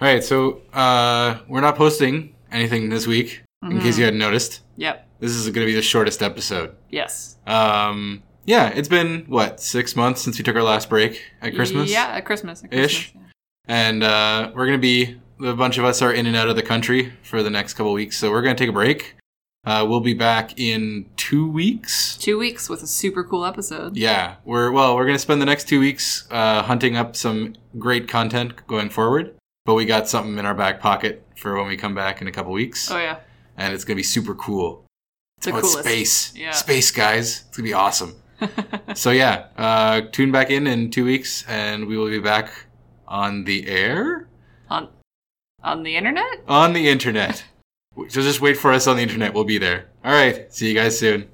All right, so uh, we're not posting anything this week, in case you hadn't noticed. Mm-hmm. Yep. This is going to be the shortest episode. Yes. Um, yeah, it's been, what, six months since we took our last break at Christmas? Yeah, at Christmas. At Christmas Ish. yeah. And uh, we're going to be, a bunch of us are in and out of the country for the next couple weeks, so we're going to take a break. Uh, we'll be back in two weeks. Two weeks with a super cool episode. Yeah, we're well. We're gonna spend the next two weeks uh, hunting up some great content going forward. But we got something in our back pocket for when we come back in a couple weeks, Oh yeah, and it's gonna be super cool. it's the oh, it's coolest. space, Yeah. space, guys! It's gonna be awesome. so yeah, uh, tune back in in two weeks, and we will be back on the air on on the internet. on the internet. so just wait for us on the internet. We'll be there. All right. See you guys soon.